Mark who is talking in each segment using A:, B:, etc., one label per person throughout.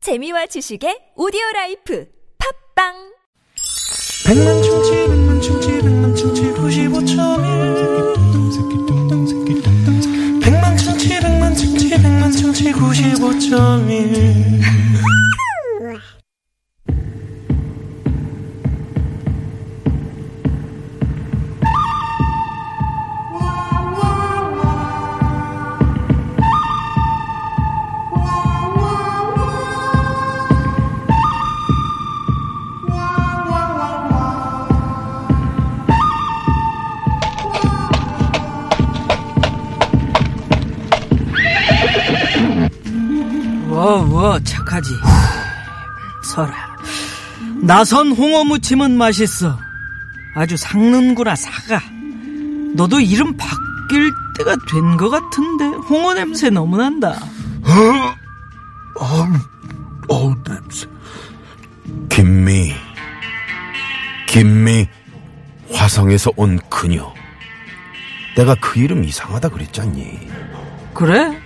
A: 재미와 지식의 오디오 라이프 팝빵
B: 백만 충치 백만 충치 백만 충치 95.1 백만 충치 백만 충치 백만 충치 95.1
C: 워워 착하지 설아 나선 홍어 무침은 맛있어 아주 삭는구나 사가 너도 이름 바뀔 때가 된 것 같은데 홍어 냄새 너무 난다
D: 어우 냄새 김미 김미 화성에서 온 그녀 내가 그 이름 이상하다 그랬잖니
C: 그래?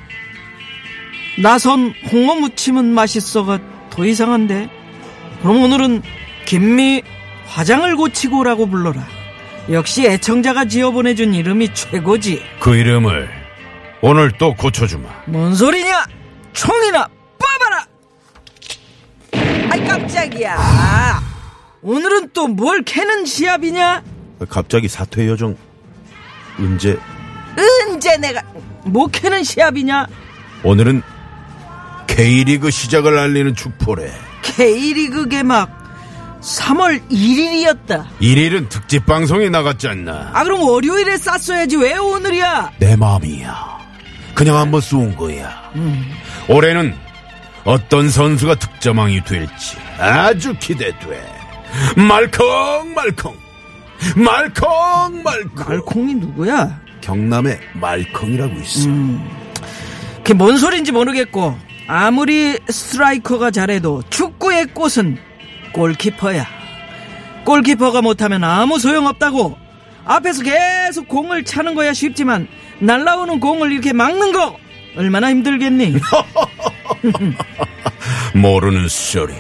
C: 나선 홍어 무침은 맛있어가 더 이상한데 그럼 오늘은 김미 화장을 고치고라고 불러라 역시 애청자가 지어보내준 이름이 최고지
D: 그 이름을 오늘 또 고쳐주마
C: 뭔 소리냐? 총이나 뽑아라! 아이 깜짝이야. 오늘은 또 뭘 캐는 시합이냐?
D: 갑자기 사퇴 여정 은재
C: 언제 내가 뭐 캐는 시합이냐?
D: 오늘은 K리그 시작을 알리는 축포래
C: K리그 개막 3월 1일이었다.
D: 1일은 특집 방송에 나갔지 않나
C: 아 그럼 월요일에 쌌어야지 왜 오늘이야?
D: 내 마음이야 그냥 한번 쏜 거야 음. 올해는 어떤 선수가 득점왕이 될지 아주 기대돼 말컹말컹 말컹말컹
C: 알콩이 누구야?
D: 경남에 말컹이라고 있어
C: 그게 뭔 소린지 모르겠고 아무리 스트라이커가 잘해도 축구의 꽃은 골키퍼야. 골키퍼가 못하면 아무 소용없다고. 앞에서 계속 공을 차는 거야 쉽지만 날라오는 공을 이렇게 막는 거 얼마나 힘들겠니?
D: 모르는 소리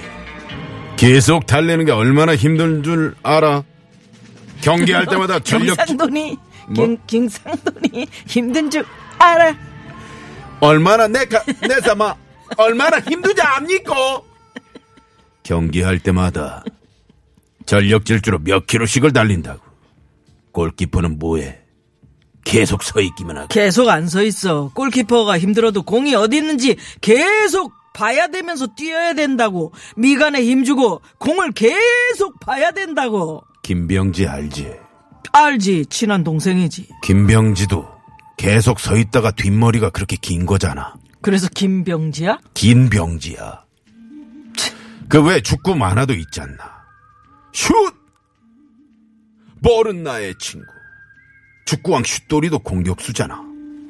D: 계속 달래는 게 얼마나 힘든 줄 알아 경기할 때마다 전력
C: 경상돈이
D: 뭐?
C: 김, 김상돈이 힘든 줄 알아.
D: 얼마나 내가 내 삼아 얼마나 힘든지 압니까? 경기할 때마다 전력 질주로 몇 킬로씩을 달린다고. 골키퍼는 뭐해? 계속 서 있기만 하고.
C: 계속 안 서 있어. 골키퍼가 힘들어도 공이 어디 있는지 계속 봐야 되면서 뛰어야 된다고. 미간에 힘주고 공을 계속 봐야 된다고.
D: 김병지 알지?
C: 알지, 친한 동생이지.
D: 김병지도 계속 서 있다가 뒷머리가 그렇게 긴 거잖아.
C: 그래서 김병지야?
D: 긴 병지야. 그 왜 축구 만화도 있지 않나? 슛! 버른 나의 친구. 축구왕 슛돌이도 공격수잖아.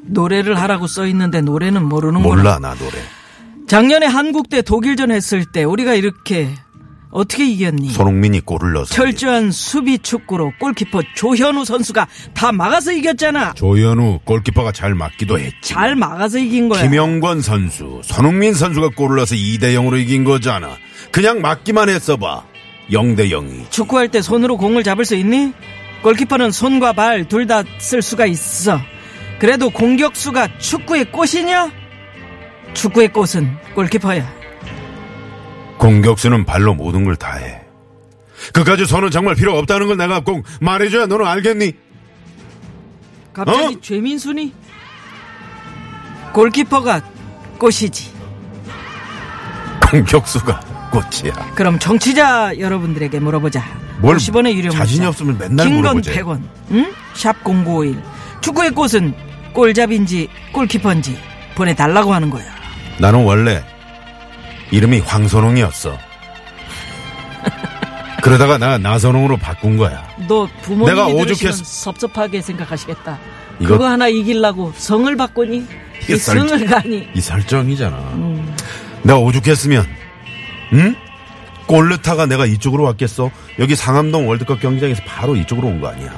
C: 노래를 하라고 써 있는데 노래는 모르는 거야.
D: 몰라 나 노래
C: 작년에 한국 대 독일전 했을 때 우리가 이렇게 어떻게 이겼니?
D: 손흥민이 골을 넣어서
C: 철저한 수비 축구로 골키퍼 조현우 선수가 다 막아서 이겼잖아.
D: 조현우 골키퍼가 잘 맞기도 했지
C: 잘 막아서 이긴 거야.
D: 김영권 선수 손흥민 선수가 골을 넣어서 2대 0으로 이긴 거잖아 그냥 맞기만 했어봐 0대 0이
C: 축구할 때 손으로 공을 잡을 수 있니? 골키퍼는 손과 발 둘 다 쓸 수가 있어. 그래도 공격수가 축구의 꽃이냐? 축구의 꽃은 골키퍼야.
D: 공격수는 발로 모든 걸 다해 그까지 손은 정말 필요 없다는 걸 내가 꼭 말해줘야 너는 알겠니
C: 갑자기
D: 어?
C: 죄민순이 골키퍼가 꽃이지.
D: 공격수가 꽃이야
C: 그럼 정치자 여러분들에게 물어보자.
D: 뭘
C: 50원의 유료
D: 자신이 없으면 맨날
C: 긴건
D: 물어보지.
C: 100원. 응? 샵 0951. 축구의 꽃은 골잡인지 골키퍼인지 보내 달라고 하는 거야.
D: 나는 원래 이름이 황선홍이었어 그러다가 나 나선홍으로 바꾼 거야
C: 너 부모님이
D: 내가
C: 들으시면
D: 오죽했-
C: 섭섭하게 생각하시겠다.
D: 이거-
C: 그거 하나 이기려고 성을 바꾸니
D: 이게
C: 이
D: 썰-
C: 성을 가니
D: 이 설정이잖아. 내가 오죽했으면, 응? 골르타가 내가 이쪽으로 왔겠어? 여기 상암동 월드컵 경기장에서 바로 이쪽으로 온 거 아니야.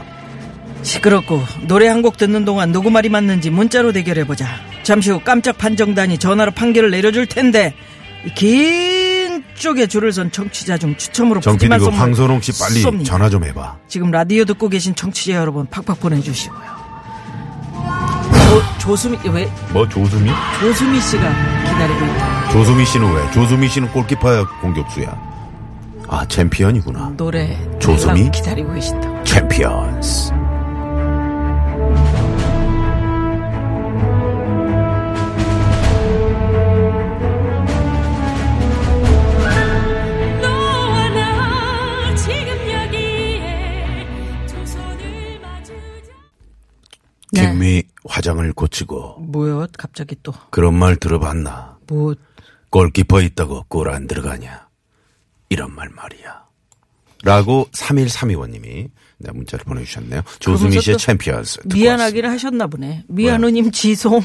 C: 시끄럽고 노래 한 곡 듣는 동안 누구 말이 맞는지 문자로 대결해 보자. 잠시 후 깜짝 판정단이 전화로 판결을 내려줄 텐데 이 쪽에 줄을 선 청취자 중 추첨으로
D: 정 PD
C: 푸짐한
D: 그
C: 선물
D: 황선홍 씨 빨리
C: 쏩니다.
D: 전화 좀 해봐.
C: 지금 라디오 듣고 계신 청취자 여러분 팍팍 보내주시고요. 조, 조수미 왜
D: 뭐 조수미?
C: 조수미 씨가 기다리고 있다.
D: 조수미 씨는 왜? 조수미 씨는 골키퍼야 공격수야. 아 챔피언이구나.
C: 노래
D: 조수미?
C: 달라고 기다리고 계신다.
D: 챔피언스.
E: 너와 나 지금 여기에 두 손을 마주잡
C: 네.
D: 김미 화장을 고치고
C: 뭐요? 갑자기 또
D: 그런 말 들어봤나?
C: 뭐?
D: 골키퍼 있다고 골 안 들어가냐? 이런 말 말이야. 라고 3132원님이 네, 문자를 보내주셨네요. 조수미
C: 그러면서
D: 씨의
C: 또
D: 챔피언스. 듣고
C: 미안하기를 하셨나 보네. 미안우님 지송.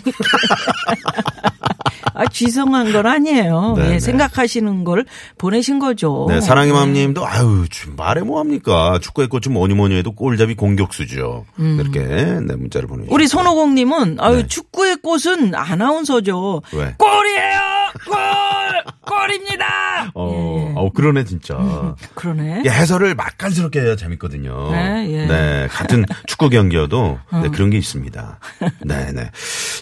C: 아 지송한 건 아니에요.
D: 네,
C: 예,
D: 네.
C: 생각하시는 걸 보내신 거죠.
D: 왔습니다. 네, 사랑의 맘님도 아유 지금 말해 뭐합니까? 축구의 꽃은 뭐니 뭐니 해도 골잡이 공격수죠. 이렇게 네, 문자를
C: 음.
D: 보내주셨어요.
C: 우리 손호공님은 아유 축구의 꽃은 아나운서죠.
D: 네. 왜?
C: 골이에요. 골 골입니다. 예,
D: 어, 어 그러네 진짜.
C: 그러네.
D: 이 예, 해설을 맛깔스럽게 해야 재밌거든요.
C: 네, 예. 어.
D: 같은 축구 경기여도 네, 그런 게 있습니다. 네, 네.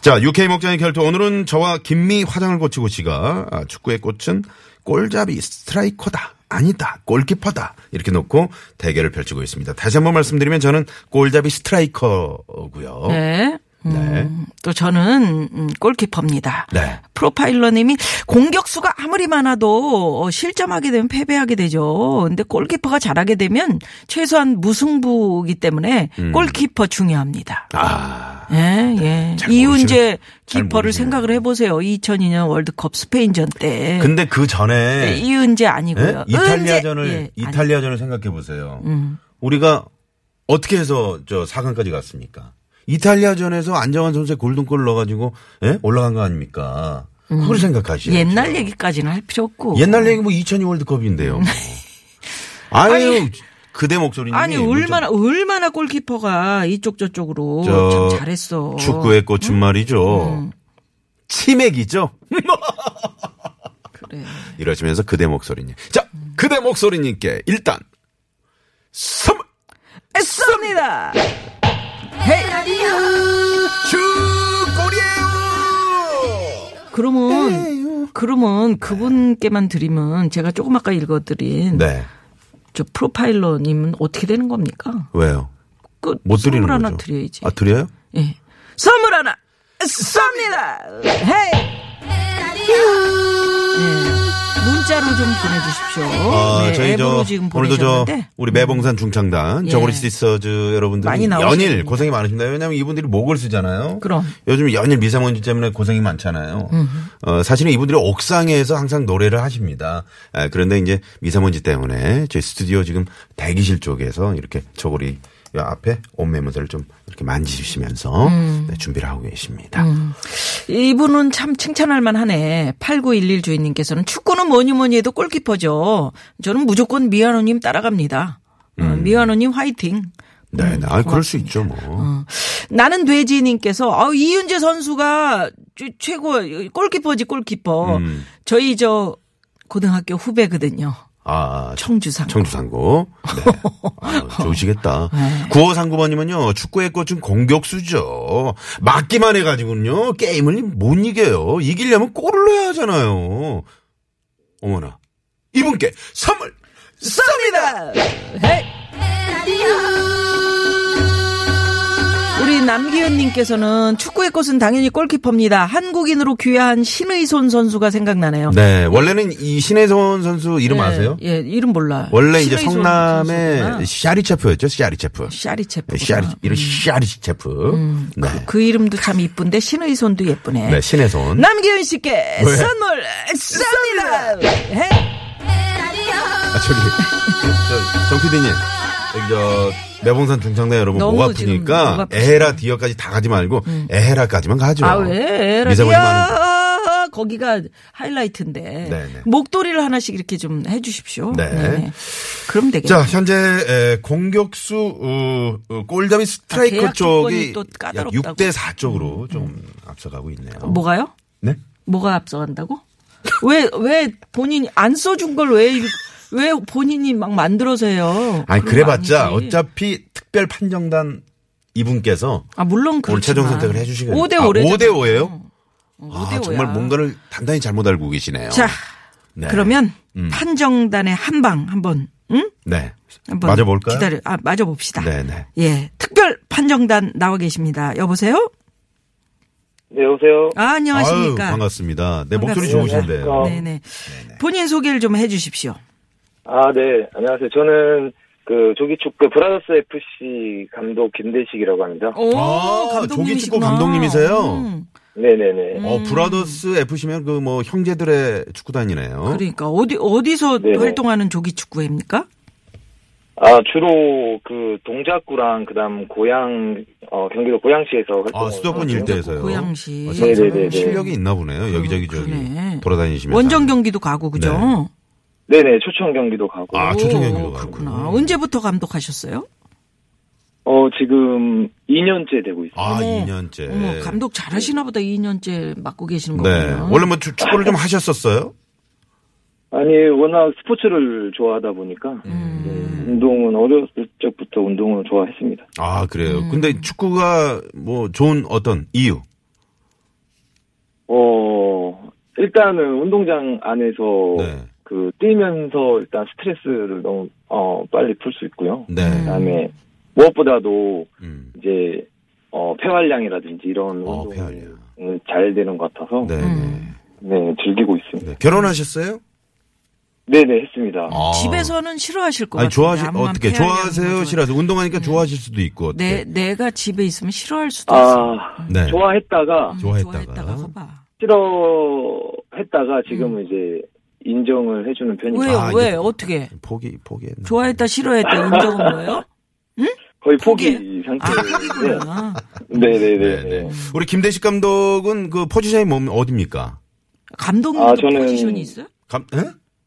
D: 자, UK 목장의 결투. 오늘은 저와 김미 화장을 고치고 씨가 아, 축구의 꽃은 골잡이 스트라이커다. 아니다. 골키퍼다. 이렇게 놓고 대결을 펼치고 있습니다. 다시 한번 말씀드리면 저는 골잡이 스트라이커고요.
C: 네. 음, 또 저는 음, 골키퍼입니다.
D: 네.
C: 프로파일러님이 공격수가 아무리 많아도 어, 실점하게 되면 패배하게 되죠. 근데 골키퍼가 잘하게 되면 최소한 무승부이기 때문에 골키퍼 중요합니다.
D: 음. 아.
C: 예, 예.
D: 잘 모르시네.
C: 이훈재
D: 잘
C: 키퍼를
D: 모르시네.
C: 생각을 해보세요. 2002년 월드컵 스페인전 때.
D: 근데 그 전에
C: 네, 이은재 아니고요.
D: 예? 이탈리아전을
C: 은재. 예, 음. 아니.
D: 이탈리아전을 생각해 보세요. 우리가 어떻게 해서 저 4강까지 갔습니까? 이탈리아전에서 안정환 선수의 골든골 넣어가지고 예? 올라간 거 아닙니까? 그걸 생각하시죠.
C: 음. 옛날 얘기까지는 할 필요 없고.
D: 옛날 얘기 뭐 2002 월드컵인데요. 뭐. 아유 그대 뭐 목소리님
C: 아니 얼마나 얼마나 골키퍼가 이쪽 저쪽으로
D: 저
C: 참 잘했어.
D: 축구의 꽃은
C: 음?
D: 말이죠. 치맥이죠.
C: 그래.
D: 이러시면서 그대 목소리님. 자 그대 목소리님께 일단 선물
C: 했습니다.
D: 주골이에요.
C: 그러면 그러면 그분께만 드리면 제가 조금 아까 읽어드린
D: 네.
C: 저 프로파일러님은 어떻게 되는 겁니까?
D: 왜요?
C: 그
D: 못 드리는
C: 선물
D: 거죠?
C: 하나 드려야지.
D: 아 드려요?
C: 예. 선물 하나 쏩니다. 헤이. 예. 문자로 좀 보내주십시오.
D: 아,
C: 네,
D: 저희
C: 앱으로
D: 저
C: 지금
D: 오늘도 저
C: 보내셨는데
D: 우리 매봉산 중창단
C: 예.
D: 저고리 시스터즈 여러분들
C: 많이
D: 이
C: 나오시는데.
D: 연일 고생이 많으십니다. 왜냐하면 이분들이 목을 쓰잖아요.
C: 그럼.
D: 요즘 연일 미세먼지 때문에 고생이 많잖아요. 어, 사실은 이분들이 옥상에서 항상 노래를 하십니다. 아, 그런데 이제 미세먼지 때문에 저희 스튜디오 지금 대기실 쪽에서 이렇게 저고리 앞에 옷매무새를 좀 이렇게 만지시면서
C: 음.
D: 네, 준비를 하고 계십니다.
C: 이분은 참 칭찬할 만하네. 8911 주인님께서는 축구는 뭐니 뭐니 해도 골키퍼죠. 저는 무조건 미아노님 따라갑니다. 어,
D: 음.
C: 미아노님 화이팅.
D: 네, 네. 아, 그럴 수 있죠, 뭐.
C: 나는 돼지님께서 아, 이윤재 선수가 최- 최고 골키퍼지 골키퍼.
D: 음.
C: 저희 저 고등학교 후배거든요.
D: 아,
C: 청주상.
D: 청주상고. 네. 아, 좋으시겠다.
C: 네.
D: 9539번님은요, 축구의 꽃은 공격수죠. 맞기만 해가지고는요, 게임을 못 이겨요. 이기려면 골을 넣어야 하잖아요. 어머나. 이분께 선물!
C: 쏩니다. 헤이. 우리 남기현님께서는 축구의 꽃은 당연히 골키퍼입니다. 한국인으로 귀화한 신의손 선수가 생각나네요.
D: 네, 원래는 이 신혜선 선수 이름 아세요?
C: 예, 이름 몰라.
D: 원래 이제
C: 신의손
D: 성남의
C: 선수구나.
D: 샤리체프였죠, 샤리체프. 예,
C: 샤리체프.
D: 샤리, 이런 샤리체프. 네.
C: 그 이름도 참 이쁜데 신의손도 예쁘네.
D: 네, 신혜선.
C: 남기현 씨께
D: 왜?
C: 선물 쏩니다. 헤.
D: 아, 저기, 저, 정 PD님. 여기 저, 매봉산 중창단 여러분
C: 너무
D: 목
C: 지금 목
D: 아프니까
C: 아프시다.
D: 에헤라 디어까지 다 가지 말고 에헤라까지만 가죠.
C: 아 왜?
D: 미세먼지 많은.
C: 라디아 거기가 하이라이트인데
D: 네네.
C: 목도리를 하나씩 이렇게 좀 해주십시오.
D: 네.
C: 그럼 되겠죠.
D: 자, 현재 에, 공격수 어, 어, 골잡이
C: 아,
D: 스트라이커
C: 계약 조건이
D: 쪽이
C: 또
D: 약
C: 까다롭다고. 음.
D: 6대 4 쪽으로 좀 앞서가고 있네요.
C: 뭐가요?
D: 네?
C: 뭐가 앞서간다고? 왜, 왜 본인이 안 써준 걸 왜, 이- 왜 본인이 막 만들어서 해요?
D: 아니
C: 그런 거
D: 그래봤자
C: 아니지.
D: 어차피 특별 판정단 이분께서
C: 아, 물론 그렇
D: 오늘 최종 선택을 해주시겠네요.
C: 5대
D: 아,
C: 5래요. 음.
D: 5대 5예요?
C: 대
D: 아,
C: 5야.
D: 정말 뭔가를 단단히 잘못 알고 계시네요.
C: 자,
D: 네.
C: 그러면
D: 음.
C: 판정단의 한 방 한번 응?
D: 네.
C: 한번
D: 맞아 볼까요?
C: 기다려. 아, 맞아 봅시다.
D: 네, 네.
C: 예. 특별 판정단 나와 계십니다. 여보세요?
F: 네, 여보세요.
C: 아, 안녕하십니까?
D: 아유, 반갑습니다. 네,
C: 반갑습니다.
D: 목소리 좋으신데요.
F: 어.
C: 네, 네. 본인 소개를 좀 해 주십시오.
F: 아, 네. 안녕하세요. 저는 그 조기축구 브라더스 FC 감독 김대식이라고 합니다.
C: 오,
D: 아, 조기축구
C: 감독님이시구나.
D: 감독님이세요?
C: 음,
F: 네네네.
D: 어, 브라더스 FC면 그 뭐 형제들의 축구단이네요.
C: 그러니까 어디 어디서
F: 네네.
C: 활동하는 조기
D: 어?
C: 축구입니까?
F: 아, 주로 그 동작구랑 그다음 고양 어 경기도 고양시에서 활동.
D: 아, 수도권 일대에서요.
C: 고양시. 음,
D: 아, 참
F: 네네네.
D: 실력이 있나 보네요. 여기저기
C: 그러네.
D: 저기 돌아다니시면서.
C: 원정 경기도 가고 그죠?
F: 네네. 초청 경기도 가고.
D: 아, 초청 경기도
C: 오,
D: 가고.
C: 그렇구나. 언제부터 감독하셨어요?
F: 어, 지금 2년째 되고 있어요.
D: 아,
C: 어머.
D: 2년째.
C: 어머, 감독 잘하시나 보다 2년째 맡고 계시는
D: 네.
C: 거군요.
D: 원래 뭐 축- 축구를 좀 하셨었어요?
F: 아니, 워낙 스포츠를 좋아하다 보니까 네, 운동은 어렸을 적부터 운동을 좋아했습니다.
D: 아, 그래요.
C: 음.
D: 근데 축구가 뭐 좋은 어떤 이유?
F: 어, 일단은 운동장 안에서
D: 네.
F: 그 뛰면서 일단 스트레스를 너무 어, 빨리 풀 수 있고요.
D: 네.
F: 그다음에 무엇보다도
D: 음.
F: 이제 어, 폐활량이라든지 이런
C: 음.
D: 어,
F: 운동이
D: 폐활량.
F: 잘 되는 것 같아서
D: 네, 네.
F: 네, 즐기고 있습니다.
D: 네. 결혼하셨어요?
F: 네, 네 했습니다.
D: 아.
C: 집에서는 싫어하실 것 같아요.
D: 아니, 좋아하시, 어떻게, 좋아하세요? 싫어하세요? 네. 운동하니까 좋아하실 수도 있고. 어떻게.
C: 네, 내, 내가 집에 있으면 싫어할 수도 있어.
F: 아,
D: 네.
F: 좋아했다가
C: 음,
D: 좋아했다가.
C: 커봐.
F: 싫어했다가 지금은
D: 음.
F: 이제 인정을 해주는 편입니다.
C: 왜요?
D: 아, 이제-
C: 왜? 어떻게?
D: 포기, 포기했네.
C: 좋아했다, 싫어했다, 인정은 뭐예요?
F: 거의 포기,
C: 포기해? 아,
F: 상태인데.
C: 포기구나.
F: 네, 네, 네.
D: 네네. 우리 김대식 감독은 그 포지션이 뭡 어딥니까?
C: 감독님도
F: 아, 저는-
C: 포지션이 있어요?
D: 감, 에?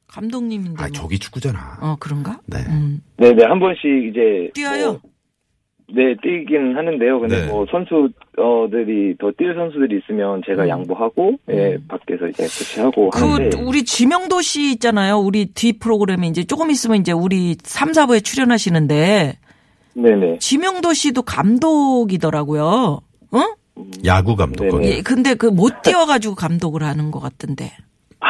C: 감독님인데.
D: 아,
C: 뭐.
D: 저기 축구잖아.
C: 어, 그런가?
D: 네.
C: 음.
F: 네, 네, 한 번씩 이제
C: 뛰어요?
F: 뭐, 네, 뛰긴 하는데요. 근데
D: 네.
F: 뭐 선수들이 더 뛸 선수들이 있으면 제가
D: 음.
F: 양보하고 예, 밖에서 이제 교체하고 하는데
C: 그 우리 지명도 씨 있잖아요. 우리 뒤 프로그램에 이제 조금 있으면 이제 우리 3, 4부에 출연하시는데
F: 네, 네.
C: 지명도 씨도 감독이더라고요. 응?
D: 야구 감독. 거기.
F: 네,
C: 예, 근데 그 못
D: 네.
C: 뛰어가지고 감독을 하는 것 같던데.
D: 아.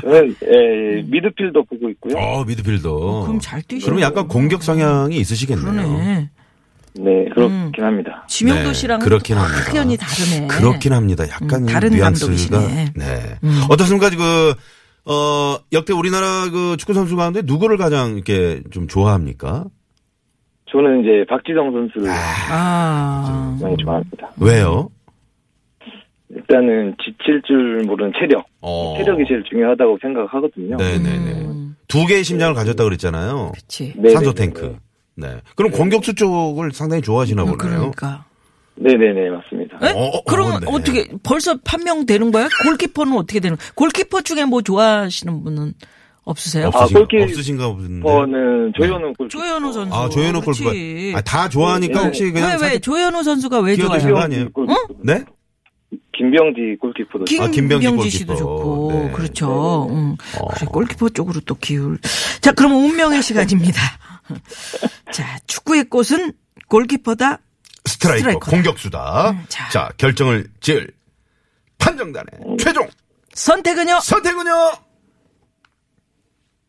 F: 저는 예, 예, 미드필더 보고 있고요.
D: 어, 미드필더.
C: 그럼 잘 뛰시네.
D: 그러면 약간 공격 성향이 있으시겠네요.
C: 그러네.
F: 네, 그렇긴 합니다.
C: 지명도
D: 네,
C: 씨랑
D: 그렇긴 합니다.
C: 확연히 다르네.
D: 그렇긴 합니다. 약간
C: 음, 다른
D: 뉘앙스가.
C: 감독이시네. 음.
D: 네. 어떻습니까? 그, 어, 역대 우리나라 그 축구 선수 가운데 누구를 가장 이렇게 좀 좋아합니까?
F: 저는 이제 박지성 선수를
C: 아.
F: 굉장히 좋아합니다.
D: 왜요?
F: 음. 일단은 지칠 줄 모르는 체력,
D: 어.
F: 체력이 제일 중요하다고 생각하거든요.
D: 네네네. 두 개의 심장을 가졌다
C: 음.
D: 그랬잖아요.
C: 그렇지.
F: 네,
D: 산소
F: 네, 네,
D: 탱크. 네. 그럼 공격수 쪽을 상당히 좋아하시나 보네요.
C: 그러니까.
F: 네, 네, 네, 맞습니다.
C: 에?
D: 어, 어,
C: 그러면
D: 네.
C: 어떻게 벌써 판명되는 거야? 골키퍼는 어떻게 되는? 거야? 골키퍼 중에 뭐 좋아하시는 분은 없으세요?
F: 없어요.
D: 없으신,
F: 아, 골키-
D: 없으신가 보는데. 네.
F: 저는 조현우 골
C: 조현우 선수.
D: 아, 조현우
C: 그렇지.
D: 골키퍼. 아, 다 좋아하니까
F: 네.
D: 혹시
C: 왜,
D: 그냥
C: 왜,
D: 살짝-
C: 조현우 선수가 왜
D: 뛰어드시는
C: 좋아요?
D: 거 아니에요? 네?
F: 김병지 골키퍼도
D: 아, 김병지
C: 김병지 씨도
D: 골키퍼.
C: 좋고,
D: 네. 어.
C: 그렇죠. 음. 그래, 골키퍼 쪽으로 또 기울. 자, 그럼 운명의 시간입니다. 자, 축구의 꽃은 골키퍼다.
D: 스트라이커,
C: 스트라이커다. 음,
D: 공격수다.
C: 자.
D: 자. 결정을 지을 판정단의 최종
C: 선택은요?
D: 선택은요.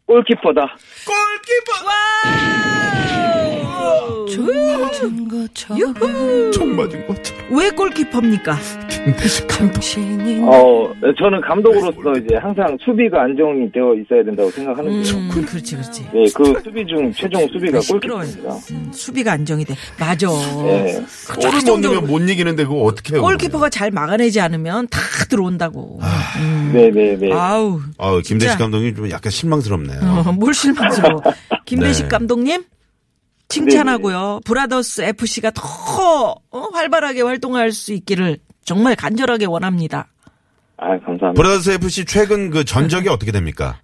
F: 골키퍼다.
D: 골키퍼.
C: 조현우. 유후.
D: 총 맞은 것처럼.
C: 왜 골키퍼입니까?
F: 어, 저는 감독으로서 이제 항상 수비가 안정이 되어 있어야 된다고 생각하는데, 요
C: 음, 그렇지, 그렇지.
F: 네, 그 수비 중 최종 수비가
C: 시끄러워요.
F: 골키퍼입니다.
C: 음, 수비가 안정이 돼. 맞아.
F: 네.
C: 그
D: 골을 못
C: 최종적으로
D: 넣으면 못 이기는데 그거 어떻게 해요?
C: 골키퍼가 잘 막아내지 않으면 다 들어온다고. 음.
F: 네, 네, 네.
C: 아우.
D: 아, 김대식
C: 진짜.
D: 감독님 좀 약간 실망스럽네요.
C: 어, 뭘 실망스러워. 김대식
D: 네.
C: 감독님 칭찬하고요. 브라더스 FC가 더 어, 활발하게 활동할 수 있기를 정말 간절하게 원합니다.
F: 아, 감사합니다.
D: 브라더스 FC 최근 그 전적이 어떻게 됩니까?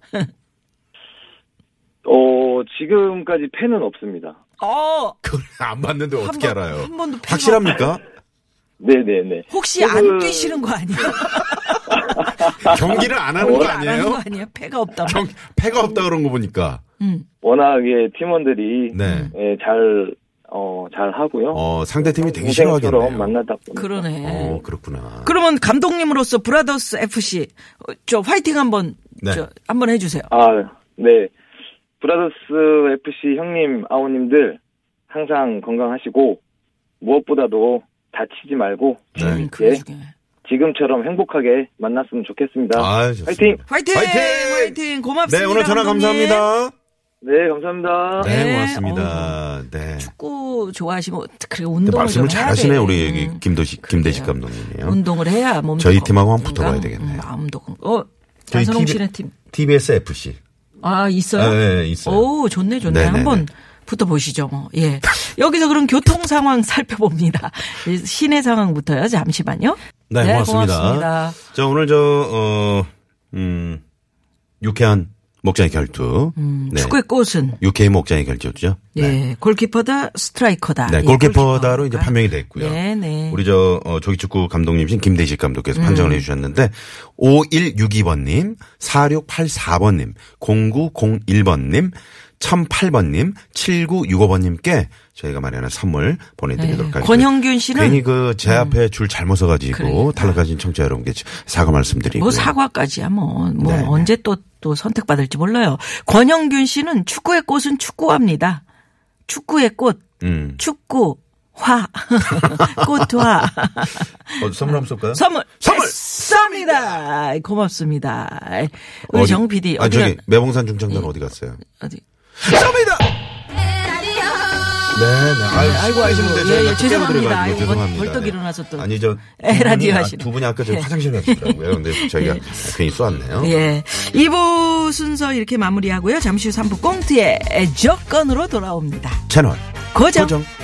F: 어, 지금까지 팬은 없습니다.
C: 어,
D: 그걸 안 봤는데 어떻게
C: 번-
D: 알아요?
C: 한 번도 팬가-
D: 확실합니까? 어,
F: 네, 네, 네.
D: 그
C: 혹시 안 뛰시는 거 아니에요?
D: 경기를 안 하는 거
C: 오늘 안 하는 거
D: 어, 아니에요?
C: 아니에요? 패가 없다.
D: 경, 패가 없다 그런 거 보니까.
F: 워낙에 팀원들이
D: 네.
F: 예, 잘, 어, 잘 하고요. 네,
D: 어, 상대팀이 되게
F: 동생처럼
D: 싫어하겠네요.
F: 만나다 보니까.
C: 그러네.
D: 어, 그렇구나.
C: 그러면 감독님으로서 브라더스 FC 어, 저 화이팅 한번
D: 네.
C: 저 한번 해주세요.
F: 아, 네. 브라더스 FC 형님, 아우님들 항상 건강하시고 무엇보다도 다치지 말고
D: 네.
C: 그
F: 예.
C: 중에.
F: 지금처럼 행복하게 만났으면 좋겠습니다.
D: 아, 좋습니다.
F: 파이팅!
C: 화이팅!
D: 화이팅!
C: 화이팅! 고맙습니다.
D: 네, 오늘 전화
C: 감독님.
D: 감사합니다.
F: 네, 감사합니다.
D: 네,
C: 네,
D: 고맙습니다. 네.
C: 축구 좋아하시면 그래
D: 근데
C: 운동을
D: 말씀을
C: 좀 해야
D: 잘하시네,
C: 돼.
D: 우리 여기
C: 음,
D: 김도식, 김대식
C: 그래요. 음.
D: 감독님이요.
C: 운동을 해야 몸도
D: 저희 팀하고 한번
C: 건강, 음,
D: 붙어봐야겠네요.
C: 마음도 건- 어
D: 저희
C: 장선홍
D: TV
C: 씨네 팀.
D: TBS FC.
C: 아 있어요?
D: 네, 네, 있어요.
C: 오 좋네 좋네
D: 네, 네,
C: 한번 붙어 보시죠. 뭐. 예 여기서 그럼 교통 상황 살펴봅니다. 이 시내 상황부터요. 잠시만요.
D: 네, 고맙습니다.
C: 고맙습니다.
D: 자, 오늘 저, 어, 음, 유쾌한 목장의 결투. 네.
C: 축구의 꽃은
D: 유쾌의 목장의 결투죠.
C: 예 골키퍼다 스트라이커다.
D: 네,
C: 예,
D: 골키퍼다로 이제
C: 골키퍼니까.
D: 판명이 됐고요.
C: 네네. 음.
D: 우리 저 어, 조기축구 감독님이신 김대식 감독께서 판정을 해주셨는데 5162번님, 4684번님, 0901번님, 1008번님, 7965번님께 저희가 마련한 선물 보내드리도록
C: 네.
D: 하겠습니다.
C: 권형균 씨는
D: 괜히 그 제 앞에 줄 잘못 서가지고
C: 그러니까.
D: 탈락하신 청취자 여러분께 사과 말씀드리고
C: 뭐 사과까지야 뭐, 뭐
D: 네, 네.
C: 언제 또, 또 선택받을지 몰라요. 권영균 씨는 축구의 꽃은 축구화입니다. 축구의 꽃,
D: 음.
C: 축구, 화, 꽃화.
D: 어, 선물 한번 쏠까요?
C: 선물!
D: 선물!
C: 쏩니다! 고맙습니다. 우리
D: 어디-
C: 정 PD,
D: 아,
C: 어디가, 예.
D: 저기 매봉산 중창단 어디 갔어요?
C: 어디.
D: 쏩니다! 네, 네. 아이고, 아이고,
C: 예, 예, 죄송합니다. 아이고, 벌- 벌떡 일어나서 또.
D: 아니, 저.
C: 에,
D: 두
C: 라디오
D: 분이 아-
C: 하시는. 네.
D: 두 분이 아까 저 화장실 갔더라고요. 근데 저희가 괜히 쏘았네요.
C: 예. 2부 순서 이렇게 마무리하고요. 잠시 후 3부 꽁트의 조건으로 돌아옵니다.
D: 채널.
C: 고정.
D: 고정.